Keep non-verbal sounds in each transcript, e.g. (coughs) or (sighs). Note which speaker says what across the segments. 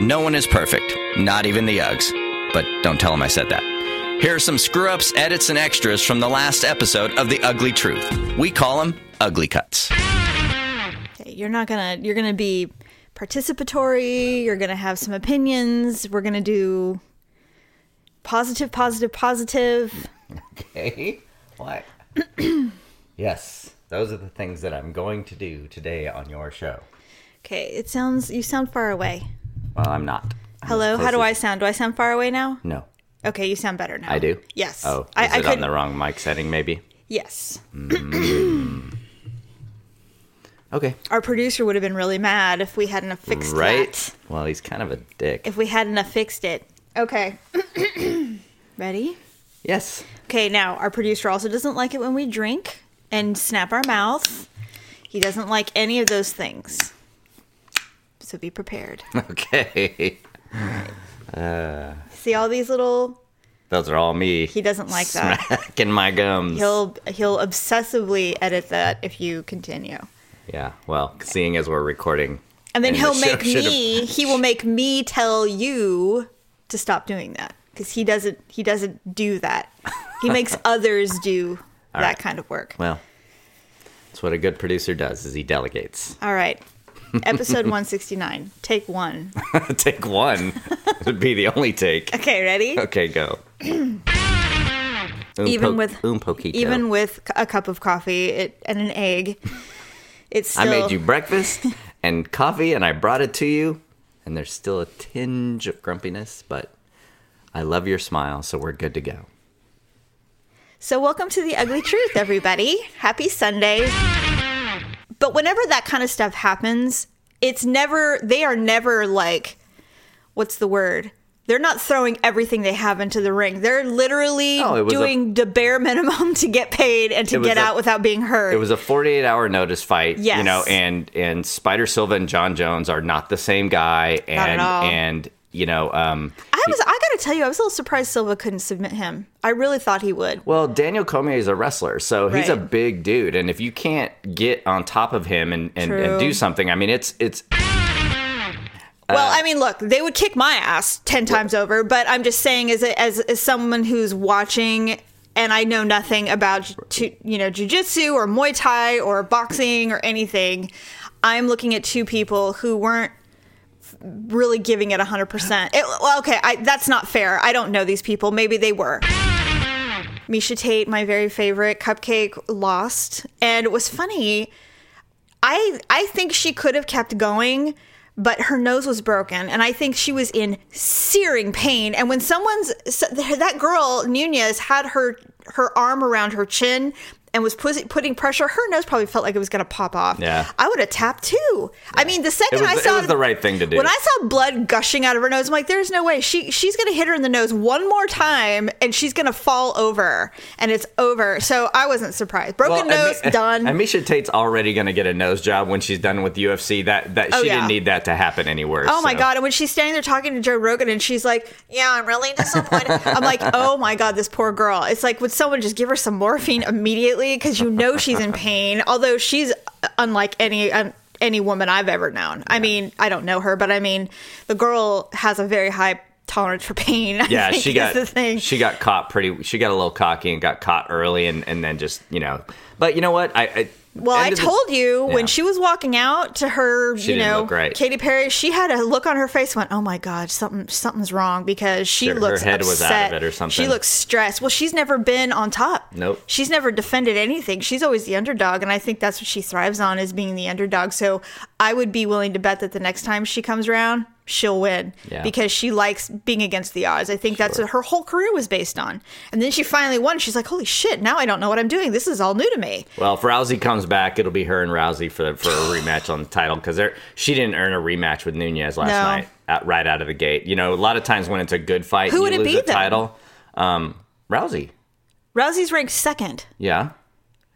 Speaker 1: No one is perfect, not even the Uggs. But don't tell them I said that. Here are some screw ups, edits, and extras from the last episode of The Ugly Truth. We call them ugly cuts.
Speaker 2: Okay, you're not gonna. You're gonna be participatory. You're gonna have some opinions. We're gonna do positive, positive, positive.
Speaker 1: Okay. What? (clears throat) yes, those are the things that I'm going to do today on your show.
Speaker 2: Okay. It sounds. You sound far away.
Speaker 1: Well, I'm not. I'm
Speaker 2: Hello.
Speaker 1: as
Speaker 2: How do I
Speaker 1: close
Speaker 2: sound? Do I sound far away now?
Speaker 1: as- No.
Speaker 2: Okay. You sound better now.
Speaker 1: I do?
Speaker 2: Yes.
Speaker 1: Oh, is
Speaker 2: I,
Speaker 1: it
Speaker 2: I
Speaker 1: on
Speaker 2: could.
Speaker 1: the wrong mic setting, maybe?
Speaker 2: yes.
Speaker 1: Okay.
Speaker 2: Our producer would have been really mad if we hadn't have fixed
Speaker 1: Right?
Speaker 2: that.
Speaker 1: Well, he's kind of a dick.
Speaker 2: If we hadn't have fixed it. Okay. (coughs) Ready?
Speaker 1: Yes.
Speaker 2: Okay, now our producer also doesn't like it when we drink and snap our mouth. He doesn't like any of those things. So
Speaker 1: (laughs)
Speaker 2: be prepared.
Speaker 1: (laughs) Okay.
Speaker 2: See all these little
Speaker 1: Those are all me.
Speaker 2: he doesn't like that.
Speaker 1: Smacking my gums.
Speaker 2: He'll he'll obsessively edit that if you continue.
Speaker 1: Yeah. Well, seeing as we're recording,
Speaker 2: And then
Speaker 1: And
Speaker 2: he'll
Speaker 1: the show
Speaker 2: make
Speaker 1: should've-
Speaker 2: me he will make me tell you to stop doing that cuz he doesn't he doesn't do that. He makes
Speaker 1: (laughs)
Speaker 2: others do that
Speaker 1: right.
Speaker 2: kind of work.
Speaker 1: well, that's what a good producer does: is he delegates. (laughs)
Speaker 2: All right. Episode 169. Take 1.
Speaker 1: take one (laughs) would be the only take.
Speaker 2: Okay, ready?
Speaker 1: Okay,
Speaker 2: (clears throat)
Speaker 1: go.
Speaker 2: Even
Speaker 1: po-
Speaker 2: with-
Speaker 1: un poquito.
Speaker 2: even with c- a cup of coffee it, and an egg. It's still,
Speaker 1: I made you
Speaker 2: (laughs)
Speaker 1: breakfast and coffee, and I brought it to you, and there's still a tinge of grumpiness, but I love your smile, so we're good to go.
Speaker 2: So, welcome to the ugly truth, everybody. Happy Sunday. But whenever that kind of stuff happens, it's never, they are never like, what's the word? They're not throwing everything they have into the ring. They're literally
Speaker 1: Oh, it was a-
Speaker 2: doing the bare minimum to get paid and to
Speaker 1: was
Speaker 2: get
Speaker 1: a-
Speaker 2: out without being heard.
Speaker 1: It was a 48 hour notice fight, you
Speaker 2: Yes.
Speaker 1: know, and and Spider Silva and John Jones are not the same guy, and
Speaker 2: at all.
Speaker 1: and you know, um,
Speaker 2: I was, I gotta tell you, I was a little surprised Silva couldn't submit him. I really thought he would.
Speaker 1: well, Daniel Cormier is a wrestler, so he's a
Speaker 2: Right.
Speaker 1: big dude, and if you can't get on top of him and and, and
Speaker 2: True.
Speaker 1: do something, I mean, it's it's
Speaker 2: Well, I mean, look, they would kick my ass ten times over, but I'm just saying, as a, as, as someone who's watching, and I know nothing about ju- tu- you know jujitsu or Muay Thai or boxing or anything, I'm looking at two people who weren't really giving it 100%. It, well, okay, I, that's not fair. I don't know these people. Maybe they were. Misha Tate, my very favorite cupcake, lost, and it was funny. I I think she could have kept going, but her nose was broken, and I think she was in searing pain. And when someone's so- that girl Nunez had her her arm around her chin and was pus- putting pressure, her nose probably felt like it was going to pop off.
Speaker 1: Yeah.
Speaker 2: I would have tapped too. I mean, the second
Speaker 1: was-
Speaker 2: I
Speaker 1: it
Speaker 2: saw
Speaker 1: was the right thing to do.
Speaker 2: When I saw blood gushing out of her nose, I'm like, "There's no way she she's going to hit her in the nose one more time, and she's going to fall over, and it's over." So I wasn't surprised. Broken
Speaker 1: Oh, Ami-
Speaker 2: nose,
Speaker 1: (laughs)
Speaker 2: done.
Speaker 1: Amisha Tate's already going to get a nose job when she's done with UFC. That that she
Speaker 2: Oh,
Speaker 1: didn't
Speaker 2: yeah.
Speaker 1: need that to happen any worse.
Speaker 2: Oh my
Speaker 1: so.
Speaker 2: god! And when she's standing there talking to Joe Rogan, and she's like, "Yeah, I'm really disappointed."
Speaker 1: (laughs)
Speaker 2: I'm like, "Oh my god, this poor girl." It's like, would someone just give her some morphine immediately? Because you know she's in pain. Although she's uh, unlike any um, any woman I've ever known. I mean, I don't know her, but I mean, the girl has a very high tolerance for pain. I (laughs)
Speaker 1: Yeah,
Speaker 2: think
Speaker 1: she
Speaker 2: is
Speaker 1: got
Speaker 2: the thing.
Speaker 1: she got caught pretty. She got a little cocky and got caught early, and and then just you know. But you know what? I, I
Speaker 2: Well,
Speaker 1: end
Speaker 2: I
Speaker 1: of the-
Speaker 2: told you
Speaker 1: Yeah.
Speaker 2: when she was walking out to her, you
Speaker 1: didn't
Speaker 2: know,
Speaker 1: look right.
Speaker 2: Katy Perry, she had a look on her face. Went, oh my god, something something's wrong because she
Speaker 1: Sure, her
Speaker 2: looks
Speaker 1: head was
Speaker 2: upset.
Speaker 1: out of it or something.
Speaker 2: She looks stressed. Well, she's never been on top.
Speaker 1: Nope.
Speaker 2: She's never defended anything. She's always the underdog, and I think that's what she thrives on is being the underdog. So I would be willing to bet that the next time she comes around, she'll win
Speaker 1: Yeah.
Speaker 2: because she likes being against the odds. I think that's what her whole career was based on. And then she finally won. She's like, holy shit, now I don't know what I'm doing. This is all new to me.
Speaker 1: Well, if Rousey comes back, it'll be her and Rousey for for a rematch on the title because she didn't earn a rematch with Nunez last
Speaker 2: No.
Speaker 1: night at, right out of the gate. You know, a lot of times when it's a good fight,
Speaker 2: Who
Speaker 1: and
Speaker 2: would
Speaker 1: you
Speaker 2: it
Speaker 1: lose
Speaker 2: be
Speaker 1: the
Speaker 2: then?
Speaker 1: title. Um, Rousey.
Speaker 2: Rousey's ranked second.
Speaker 1: Yeah.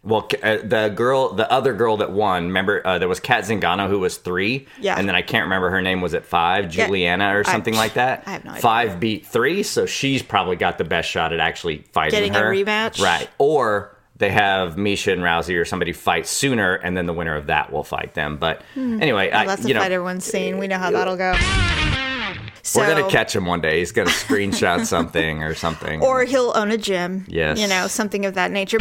Speaker 1: Well, c- uh, the girl, the other girl that won, remember uh, there was Kat Zingano who was three,
Speaker 2: Yeah.
Speaker 1: and then I can't remember her name was at five,
Speaker 2: Yeah.
Speaker 1: Juliana or
Speaker 2: I-
Speaker 1: something like that.
Speaker 2: I have no idea.
Speaker 1: Five beat three, so she's probably got the best shot at actually fighting
Speaker 2: Getting a
Speaker 1: her
Speaker 2: rematch?
Speaker 1: right? Or they have Misha and Rousey or somebody fight sooner, and then the winner of that will fight them. But anyway, I,
Speaker 2: Hmm. Well, that's a
Speaker 1: you know,
Speaker 2: fight everyone's seen. We know how that'll go. So
Speaker 1: We're gonna catch him one day. He's gonna
Speaker 2: (laughs)
Speaker 1: screenshot something or something.
Speaker 2: Or he'll own a gym.
Speaker 1: Yes.
Speaker 2: You know, something of that nature.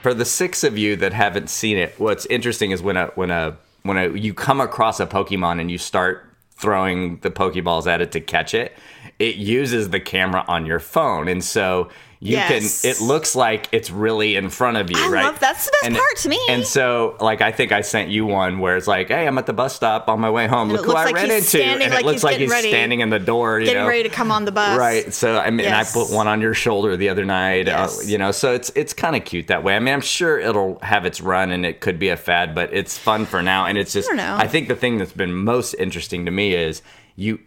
Speaker 1: for the six of you that haven't seen it, what's interesting is when a when a when a, you come across a Pokemon and you start throwing the Pokeballs at it to catch it, it uses the camera on your phone, and so you
Speaker 2: Yes.
Speaker 1: can. It looks like it's really in front of you,
Speaker 2: I
Speaker 1: right?
Speaker 2: love- that's the best
Speaker 1: and,
Speaker 2: part to me.
Speaker 1: And so, like, I think I sent you one where it's like, "Hey, I'm at the bus stop on my way home.
Speaker 2: And
Speaker 1: Look
Speaker 2: it
Speaker 1: who
Speaker 2: looks
Speaker 1: I
Speaker 2: like
Speaker 1: ran
Speaker 2: he's
Speaker 1: into!"
Speaker 2: standing
Speaker 1: And
Speaker 2: like
Speaker 1: it looks
Speaker 2: he's
Speaker 1: like
Speaker 2: getting
Speaker 1: he's
Speaker 2: ready-
Speaker 1: standing in the door, you
Speaker 2: Getting
Speaker 1: know,
Speaker 2: ready to come on the bus.
Speaker 1: Right. So I mean,
Speaker 2: Yes.
Speaker 1: I put one on your shoulder the other night. Uh,
Speaker 2: Yes.
Speaker 1: you know, so it's it's kind of cute that way. I mean, I'm sure it'll have its run and it could be a fad, but it's fun for now. And it's just,
Speaker 2: don't know.
Speaker 1: think the thing that's been most interesting to me is you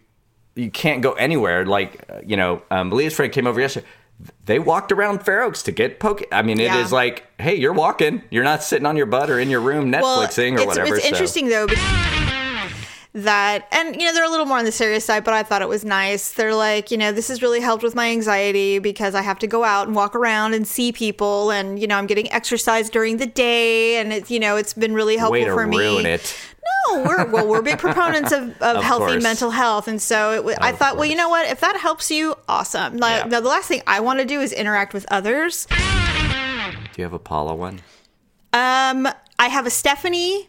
Speaker 1: you can't go anywhere. Like uh, you know, um, Leah's friend came over yesterday. They walked around Fair Oaks to get poke. I mean, it is
Speaker 2: Yeah.
Speaker 1: like, hey, you're walking. You're not sitting on your butt or in your room Netflixing
Speaker 2: Well,
Speaker 1: or
Speaker 2: it's,
Speaker 1: whatever.
Speaker 2: It's
Speaker 1: so-
Speaker 2: interesting though because that and you know they're a little more on the serious side but i thought it was nice they're like you know this has really helped with my anxiety because i have to go out and walk around and see people and you know i'm getting exercise during the day and it's you know it's been really helpful
Speaker 1: Way to
Speaker 2: for me
Speaker 1: ruin it.
Speaker 2: no we're well
Speaker 1: (laughs)
Speaker 2: we're big proponents of, of,
Speaker 1: Of
Speaker 2: healthy
Speaker 1: course.
Speaker 2: mental health and so it, w- i
Speaker 1: Of
Speaker 2: thought well you
Speaker 1: course.
Speaker 2: know what if that helps you awesome like,
Speaker 1: Yeah.
Speaker 2: now the last thing i want to do is interact with others
Speaker 1: Do you have a Paula one?
Speaker 2: um, I have a Stephanie.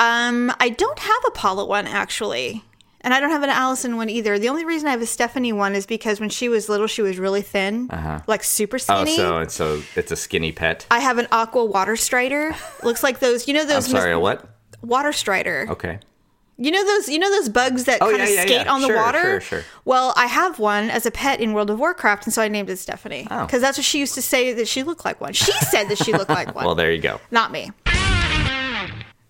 Speaker 2: Um, I don't have a Paula one actually, and I don't have an Allison one either. The only reason I have a Stephanie one is because when she was little, she was really thin, like super
Speaker 1: Oh,
Speaker 2: skinny.
Speaker 1: so and so it's a skinny pet.
Speaker 2: I have an aqua water strider. Looks like those, you
Speaker 1: (laughs)
Speaker 2: know
Speaker 1: I'm
Speaker 2: those
Speaker 1: sorry,
Speaker 2: mis-
Speaker 1: a what?
Speaker 2: water strider.
Speaker 1: Okay.
Speaker 2: You know those, you know those bugs that
Speaker 1: Oh,
Speaker 2: kind of
Speaker 1: yeah, yeah,
Speaker 2: skate
Speaker 1: yeah.
Speaker 2: on the
Speaker 1: Sure,
Speaker 2: water.
Speaker 1: sure, sure.
Speaker 2: Well, I have one as a pet in World of Warcraft, and so I named it Stephanie
Speaker 1: Oh.
Speaker 2: because that's what she used to say that she looked like one. She said that she looked
Speaker 1: (laughs)
Speaker 2: like one.
Speaker 1: Well, there you go.
Speaker 2: Not me.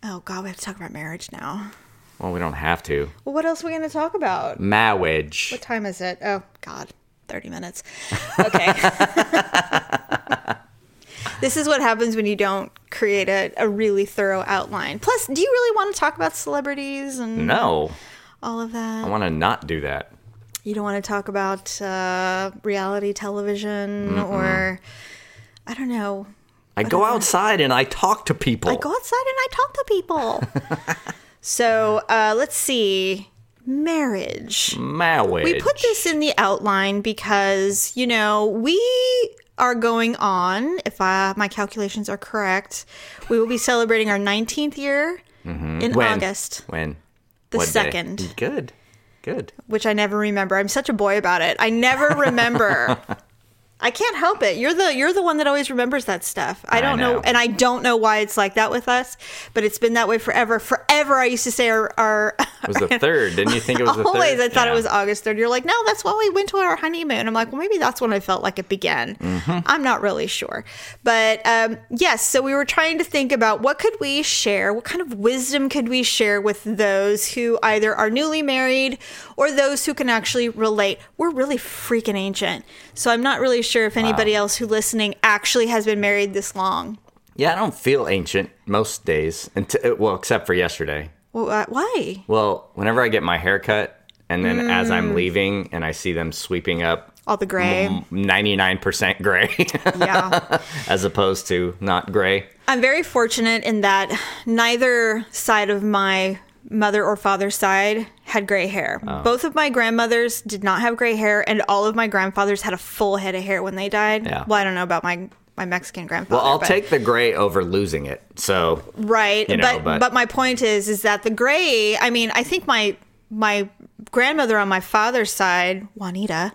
Speaker 2: Oh God, we have to talk about marriage now.
Speaker 1: Well, we don't have to.
Speaker 2: Well, what else are we going to talk about?
Speaker 1: Marriage.
Speaker 2: What time is it? Oh God, thirty minutes.
Speaker 1: (laughs)
Speaker 2: Okay. this is what happens when you don't create a, a really thorough outline. Plus, do you really want to talk about celebrities and
Speaker 1: No,
Speaker 2: all of that?
Speaker 1: I want to not do that.
Speaker 2: you don't want to talk about uh, reality television or I don't know.
Speaker 1: I go outside and I talk to people.
Speaker 2: I go outside and I talk to
Speaker 1: (laughs)
Speaker 2: people. so uh, let's see. Marriage.
Speaker 1: Marriage.
Speaker 2: We put this in the outline because, you know, we are going on, if I, my calculations are correct, we will be celebrating our 19th year in
Speaker 1: Mm-hmm. when?
Speaker 2: August,
Speaker 1: When?
Speaker 2: the
Speaker 1: What day?
Speaker 2: 2nd,
Speaker 1: Good. Good.
Speaker 2: which I never remember. I'm such a boy about it. I (laughs) never remember. I can't help it. You're the you're the one that always remembers that stuff. I don't know.
Speaker 1: know.
Speaker 2: and I don't know why it's like that with us, but it's been that way forever. Forever, I used to say our, our
Speaker 1: It was the third. Didn't you think it was the
Speaker 2: (laughs)
Speaker 1: third?
Speaker 2: always I thought
Speaker 1: Yeah.
Speaker 2: it was August 3rd. You're like, no, that's when we went to our honeymoon. I'm like, well, maybe that's when I felt like it began.
Speaker 1: Mm-hmm.
Speaker 2: I'm not really sure. But um, yes, so we were trying to think about what could we share? What kind of wisdom could we share with those who either are newly married or those who can actually relate? We're really freaking ancient. So I'm not really sure if anybody else who listening actually has been married this long.
Speaker 1: Yeah, I don't feel ancient most days. Until, well, except for yesterday.
Speaker 2: Well, uh, why?
Speaker 1: Well, whenever I get my hair cut and then as I'm leaving and I see them sweeping up
Speaker 2: All the Mm. gray.
Speaker 1: Mm. 99% gray (laughs)
Speaker 2: Yeah.
Speaker 1: as opposed to not gray.
Speaker 2: I'm very fortunate in that neither side of my mother or father's side had gray hair.
Speaker 1: Oh.
Speaker 2: Both of my grandmothers did not have gray hair, and all of my grandfathers had a full head of hair when they died.
Speaker 1: Yeah.
Speaker 2: Well, I don't know about my my Mexican grandfather.
Speaker 1: Well, I'll
Speaker 2: but-
Speaker 1: take the gray over losing it. So
Speaker 2: right,
Speaker 1: you know,
Speaker 2: but,
Speaker 1: but-
Speaker 2: but my point is is that the gray. I mean, I think my my grandmother on my father's side, Juanita,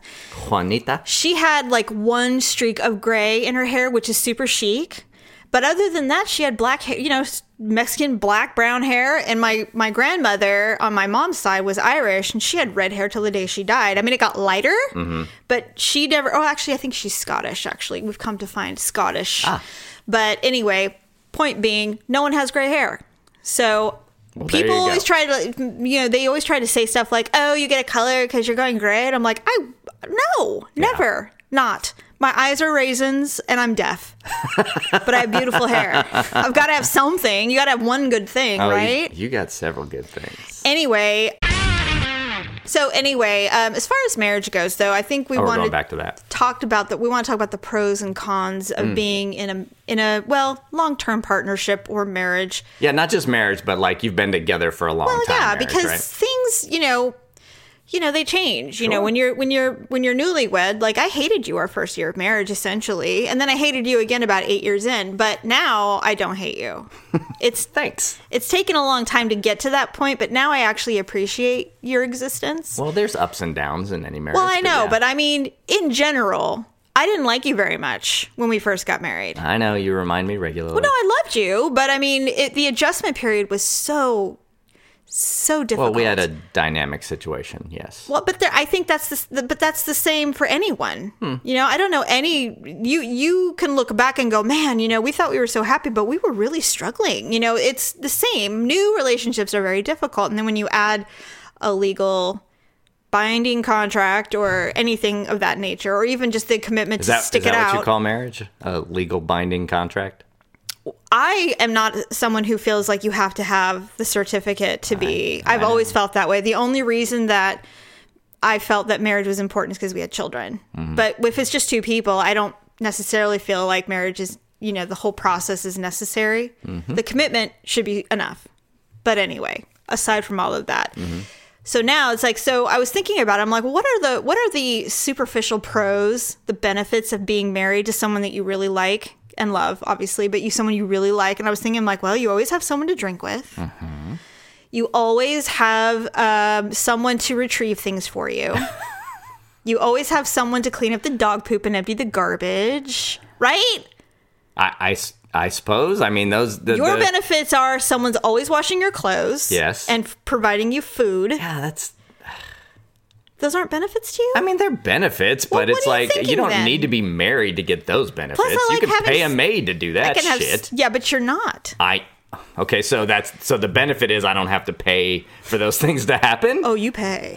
Speaker 1: Juanita.
Speaker 2: she had like one streak of gray in her hair, which is super chic. But other than that, she had black hair, you know, s- Mexican black brown hair. And my my grandmother on my mom's side was Irish, and she had red hair till the day she died. I mean, it got lighter,
Speaker 1: Mm-hmm.
Speaker 2: but she never. Oh, actually, I think she's Scottish. Actually, we've come to find Scottish.
Speaker 1: Ah.
Speaker 2: But anyway, point being, no one has gray hair, so.
Speaker 1: there
Speaker 2: People
Speaker 1: you go.
Speaker 2: always try to, like, m- you know, they always try to say stuff like, "Oh, you get a color because you're going gray," and I'm like, "I no, never, not. My eyes are raisins and I'm deaf, but I have beautiful hair. I've got to have something. You got to have one good thing,
Speaker 1: Oh, you-
Speaker 2: right?"
Speaker 1: You, got several good things.
Speaker 2: Anyway, so anyway, um, as far as marriage goes, though, I think we
Speaker 1: Oh, we're
Speaker 2: want
Speaker 1: going
Speaker 2: to
Speaker 1: back to that.
Speaker 2: talked about that. We want to talk about the pros and cons
Speaker 1: Mm.
Speaker 2: of being in a in a well long term partnership or marriage.
Speaker 1: Yeah, not just marriage, but like you've been together for a long
Speaker 2: Well,
Speaker 1: time.
Speaker 2: yeah,
Speaker 1: marriage,
Speaker 2: because
Speaker 1: right?
Speaker 2: things, you know, you know they change you know when you're when you're when you're newlywed like i hated you our first year of marriage essentially and then i hated you again about eight years in but now i don't hate
Speaker 1: (laughs)
Speaker 2: you it's
Speaker 1: Thanks.
Speaker 2: it's taken a long time to get to that point but now i actually appreciate your existence
Speaker 1: Well, there's ups and downs in any marriage.
Speaker 2: well i know
Speaker 1: yeah.
Speaker 2: but i mean in general i didn't like you very much when we first got married
Speaker 1: I know you remind me regularly.
Speaker 2: no i loved you but i mean it, the adjustment period was so so
Speaker 1: well,
Speaker 2: difficult
Speaker 1: we had a dynamic situation. Yes.
Speaker 2: Well, but there, I think that's the, s- the but that's the same for anyone.
Speaker 1: Hmm.
Speaker 2: You know, I don't know any you you can look back and go, man, you know, we thought we were so happy, but we were really struggling. You know, it's the same. New relationships are very difficult, and then when you add a legal binding contract or anything of that nature, or even just the commitment
Speaker 1: is
Speaker 2: to
Speaker 1: that,
Speaker 2: stick
Speaker 1: is that
Speaker 2: it
Speaker 1: what
Speaker 2: out,
Speaker 1: you call marriage? A legal binding contract?
Speaker 2: I am not someone who feels like you have to have the certificate to be. I've always felt that way. The only reason that I felt that marriage was important is because we had children. But if it's just two people, I don't necessarily feel like marriage is, you know, the whole process is necessary. The commitment should be enough. But anyway, aside from all of that. So now it's like so I was thinking about it, I'm like, well, what are the what are the superficial pros, the benefits of being married to someone that you really like and love, obviously, but you someone you really like. And I was thinking like, well, you always have someone to drink with.
Speaker 1: Mm-hmm.
Speaker 2: You always have um, someone to retrieve things
Speaker 1: (laughs)
Speaker 2: for you. you always have someone to clean up the dog poop and empty the garbage, right?
Speaker 1: I, I s- I suppose. I mean, those. The,
Speaker 2: Your
Speaker 1: the-
Speaker 2: benefits are someone's always washing your clothes,
Speaker 1: Yes.
Speaker 2: and f- providing you food.
Speaker 1: Yeah, that's.
Speaker 2: Those aren't benefits to you.
Speaker 1: I mean, they're benefits,
Speaker 2: Well,
Speaker 1: but
Speaker 2: what
Speaker 1: it's
Speaker 2: are you
Speaker 1: like
Speaker 2: thinking
Speaker 1: you don't
Speaker 2: then?
Speaker 1: need to be married to get those benefits.
Speaker 2: I like
Speaker 1: you can
Speaker 2: having
Speaker 1: pay a
Speaker 2: s-
Speaker 1: maid to do
Speaker 2: I
Speaker 1: that
Speaker 2: can have
Speaker 1: shit.
Speaker 2: s- yeah, but you're not.
Speaker 1: I. Okay, so that's so the benefit is I don't have to pay for those (laughs) things to happen.
Speaker 2: Oh,
Speaker 1: (laughs)
Speaker 2: you pay.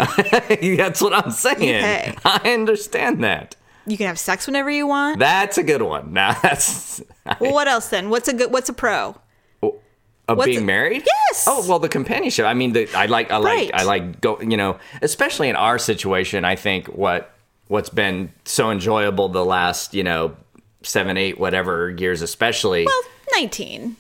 Speaker 1: that's what I'm saying.
Speaker 2: pay.
Speaker 1: I understand that.
Speaker 2: you can have sex whenever you want.
Speaker 1: That's a good one. Now (laughs) that's
Speaker 2: well, what else then? What's a good? What's a pro?
Speaker 1: of
Speaker 2: What's
Speaker 1: being
Speaker 2: it-
Speaker 1: married.
Speaker 2: Yes!
Speaker 1: Oh well, the companionship. I mean, the, I like, I like,
Speaker 2: Right.
Speaker 1: I like. Go, you know, especially in our situation, I think what what's been so enjoyable the last you know seven, eight, whatever years, especially.
Speaker 2: Well, nineteen.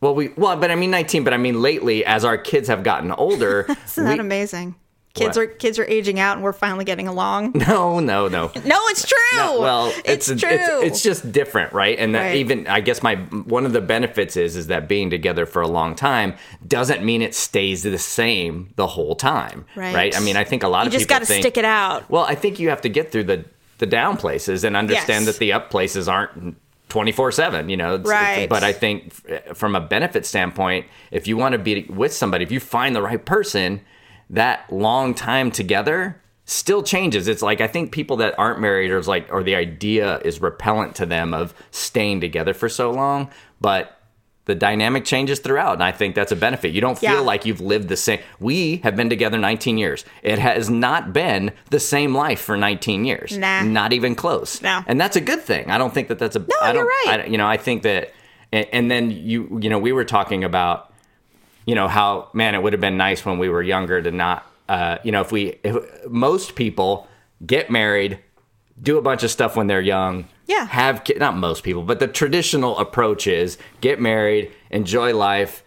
Speaker 1: Well, we well, but I mean nineteen, but I mean lately, as our kids have gotten older,
Speaker 2: (laughs) Isn't that
Speaker 1: we-
Speaker 2: amazing? Kids
Speaker 1: What?
Speaker 2: are kids are aging out, and we're finally
Speaker 1: (laughs)
Speaker 2: getting along.
Speaker 1: (laughs) No, no, no.
Speaker 2: No, it's true.
Speaker 1: well,
Speaker 2: it's, true.
Speaker 1: It's, it's just different, right? And that
Speaker 2: Right.
Speaker 1: even I guess my one of the benefits is is that being together for a long time doesn't mean it stays the same the whole time,
Speaker 2: Right.
Speaker 1: I mean, I think a lot
Speaker 2: you
Speaker 1: of
Speaker 2: just
Speaker 1: people
Speaker 2: got to
Speaker 1: think,
Speaker 2: stick it out.
Speaker 1: Well, I think you have to get through the the down places and understand that
Speaker 2: Yes.
Speaker 1: the up places aren't. 24/7, you know. It's- it's-
Speaker 2: Right.
Speaker 1: but I think f- from a benefit standpoint, if you want to be with somebody, if you find the right person, that long time together still changes. It's like I think people that aren't married or is like or the idea is repellent to them of staying together for so long, but the dynamic changes throughout and I think that's a benefit. You don't feel
Speaker 2: Yeah.
Speaker 1: like you've lived the same. We have been together 19 years. It has not been the same life for 19 years.
Speaker 2: Nah.
Speaker 1: Not even close.
Speaker 2: No.
Speaker 1: And that's a good thing. I don't think that that's a. No, I
Speaker 2: you're
Speaker 1: don't,
Speaker 2: right.
Speaker 1: I don't- you know, I think that, and, and then you, you know, we were talking about, you know, how man, it would have been nice when we were younger to not, uh, you know, if we, if, most people get married, do a bunch of stuff when they're young.
Speaker 2: Yeah.
Speaker 1: Have ki- not most people, but the traditional approach is get married, enjoy life,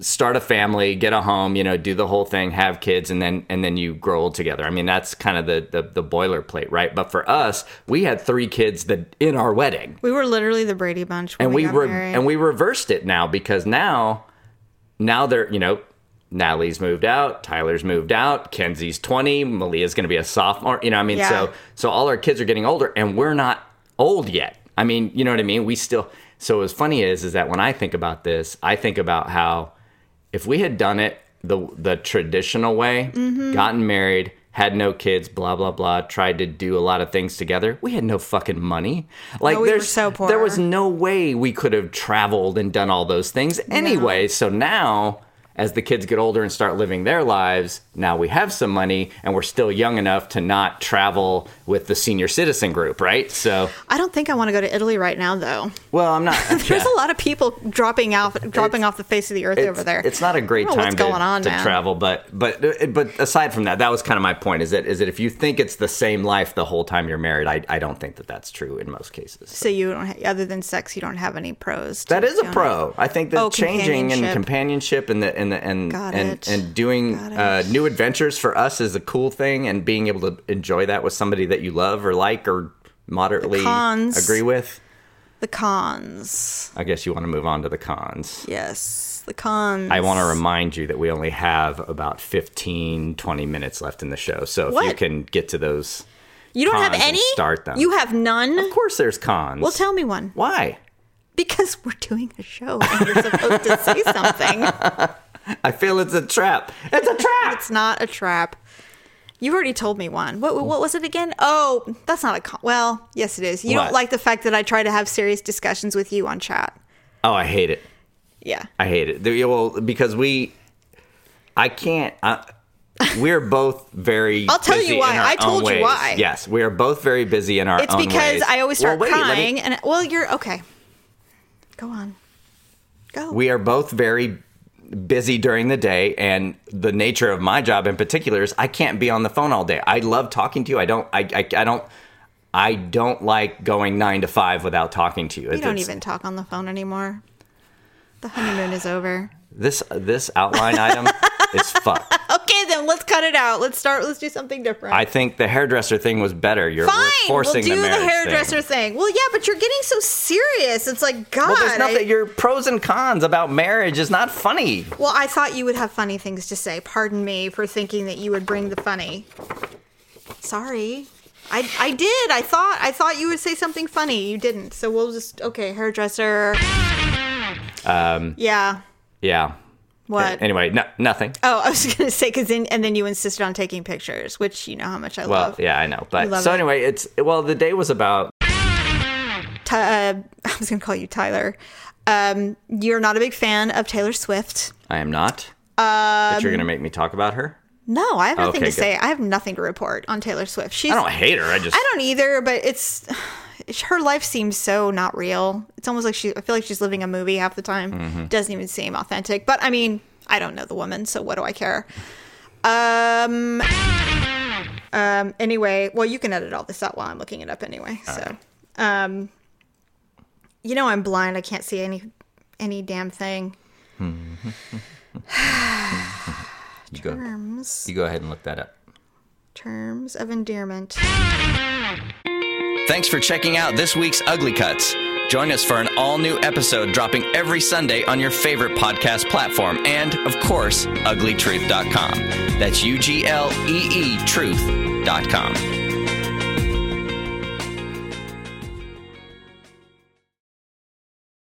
Speaker 1: start a family, get a home, you know, do the whole thing, have kids, and then and then you grow old together. I mean, that's kind of the the, the boilerplate, right? But for us, we had three kids that in our wedding,
Speaker 2: we were literally the Brady Bunch when
Speaker 1: and we
Speaker 2: got
Speaker 1: were
Speaker 2: married.
Speaker 1: and we reversed it now because now now they're you know. Natalie's moved out, Tyler's moved out, Kenzie's 20, Malia's going to be a sophomore, you know what I mean?
Speaker 2: Yeah.
Speaker 1: So so all our kids are getting older and we're not old yet. I mean, you know what I mean? We still so what's funny is is that when I think about this, I think about how if we had done it the the traditional way,
Speaker 2: Mm-hmm.
Speaker 1: gotten married, had no kids, blah blah blah, tried to do a lot of things together, we had no fucking money. Like
Speaker 2: No, we were
Speaker 1: there's
Speaker 2: so poor.
Speaker 1: there was no way we could have traveled and done all those things anyway. So now as the kids get older and start living their lives, now we have some money and we're still young enough to not travel with the senior citizen group, right? So,
Speaker 2: I don't think I want to go to Italy right now, though.
Speaker 1: well, I'm not.
Speaker 2: (laughs) There's a lot of people dropping out, dropping off the face of the earth
Speaker 1: it's,
Speaker 2: over there.
Speaker 1: It's not a great
Speaker 2: I don't know
Speaker 1: time
Speaker 2: what's
Speaker 1: to,
Speaker 2: going on,
Speaker 1: to
Speaker 2: man.
Speaker 1: travel, but but but aside from that, that was kind of my point. Is that is that if you think it's the same life the whole time you're married, I, I don't think that that's true in most cases.
Speaker 2: So you don't, ha- other than sex, you don't have any pros. to
Speaker 1: That is a
Speaker 2: doing it.
Speaker 1: pro. I think that
Speaker 2: Oh,
Speaker 1: changing and
Speaker 2: companionship.
Speaker 1: companionship and the and and and
Speaker 2: Got
Speaker 1: and,
Speaker 2: it.
Speaker 1: and doing
Speaker 2: Got it.
Speaker 1: uh, new adventures for us is a cool thing, and being able to enjoy that with somebody that you love or like or moderately
Speaker 2: cons.
Speaker 1: agree with.
Speaker 2: The cons.
Speaker 1: I guess you want to move on to the cons.
Speaker 2: Yes, the cons.
Speaker 1: I want to remind you that we only have about 15, 20 minutes left in the show. So if you
Speaker 2: What?
Speaker 1: can get to those,
Speaker 2: You don't have
Speaker 1: cons and
Speaker 2: any.
Speaker 1: start them.
Speaker 2: You have none.
Speaker 1: of course there's cons.
Speaker 2: Well, tell me one.
Speaker 1: Why?
Speaker 2: Because (laughs) we're doing a show and you're supposed to say
Speaker 1: (laughs)
Speaker 2: something.
Speaker 1: I feel it's a trap. It's a trap.
Speaker 2: It's not a trap. You already told me one. What, what was it again? Oh, that's not a con. Well, yes, it is. You
Speaker 1: What?
Speaker 2: don't like the fact that I try to have serious discussions with you on chat.
Speaker 1: oh, I hate it.
Speaker 2: Yeah.
Speaker 1: I hate it. There- Well, because we, I can't. I, we're both very.
Speaker 2: I'll tell you
Speaker 1: busy in
Speaker 2: why.
Speaker 1: our
Speaker 2: I told
Speaker 1: own
Speaker 2: you
Speaker 1: ways.
Speaker 2: why.
Speaker 1: Yes, we are both very busy in our.
Speaker 2: It's
Speaker 1: own
Speaker 2: because
Speaker 1: ways.
Speaker 2: I always
Speaker 1: Well,
Speaker 2: start
Speaker 1: wait, let me-
Speaker 2: crying, and well, you're okay. Go on. Go.
Speaker 1: we are both very busy during the day and the nature of my job in particular is i can't be on the phone all day i love talking to you i don't i, I, I don't i don't like going nine to five without talking to you
Speaker 2: we don't even talk on the phone anymore. The honeymoon is over.
Speaker 1: this this outline
Speaker 2: (laughs)
Speaker 1: item is fucked
Speaker 2: Okay, then let's cut it out. Let's start. Let's do something different.
Speaker 1: i think the hairdresser thing was better you're we're
Speaker 2: Fine.
Speaker 1: forcing
Speaker 2: we'll do the,
Speaker 1: marriage
Speaker 2: hairdresser
Speaker 1: thing.
Speaker 2: thing. Well, yeah, but you're getting so serious. It's like God.
Speaker 1: well, there's nothing
Speaker 2: I-
Speaker 1: your pros and cons about marriage is not funny
Speaker 2: Well, I thought you would have funny things to say. Pardon me for thinking that you would bring the funny. Sorry. I, I did. I thought I thought you would say something funny. You didn't. So we'll just okay, hairdresser. Um Yeah.
Speaker 1: yeah
Speaker 2: What?
Speaker 1: anyway no, nothing
Speaker 2: Oh, I was (laughs) going to say cuz then and then you insisted on taking pictures, which you know how much I
Speaker 1: well
Speaker 2: love.
Speaker 1: yeah i know but
Speaker 2: love
Speaker 1: so
Speaker 2: it.
Speaker 1: anyway it's well the day was about
Speaker 2: Ty- uh, (laughs) I was going to call you Tyler. Um you're not a big fan of Taylor Swift.
Speaker 1: I am not. but you're gonna make me talk about her.
Speaker 2: No, I have nothing
Speaker 1: Okay,
Speaker 2: to
Speaker 1: good.
Speaker 2: say. I have nothing to report on Taylor Swift. She's
Speaker 1: I don't hate her. I just.
Speaker 2: I don't either, but it's (sighs) her life seems so not real. It's almost like she I feel like she's living a movie half the time. Doesn't even seem authentic. But I mean, I don't know the woman, so what do I care? Um um anyway, well you can edit all this out while I'm looking it up anyway. so um you know I'm blind. I can't see any any damn thing.
Speaker 1: you, go,
Speaker 2: Terms
Speaker 1: you go ahead and look that up.
Speaker 2: terms of endearment.
Speaker 3: Thanks for checking out this week's Ugly Cuts. Join us for an all new episode dropping every Sunday on your favorite podcast platform and, of course, uglytruth.com. That's U G L E E truth.com.